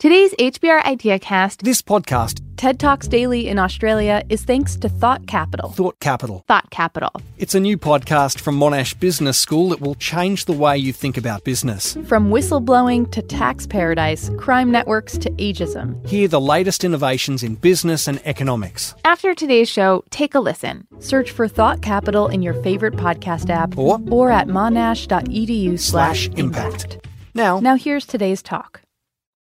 Today's HBR IdeaCast, This podcast, TED Talks Daily in Australia, is thanks to Thought Capital. Thought Capital. Thought Capital. It's a new podcast from Monash Business School that will change the way you think about business. From whistleblowing to tax paradise, crime networks to ageism. Hear the latest innovations in business and economics, After today's show, take a listen. Search for Thought Capital in your favorite podcast app Or- or at monash.edu slash slash impact. impact. Now, Now here's today's talk.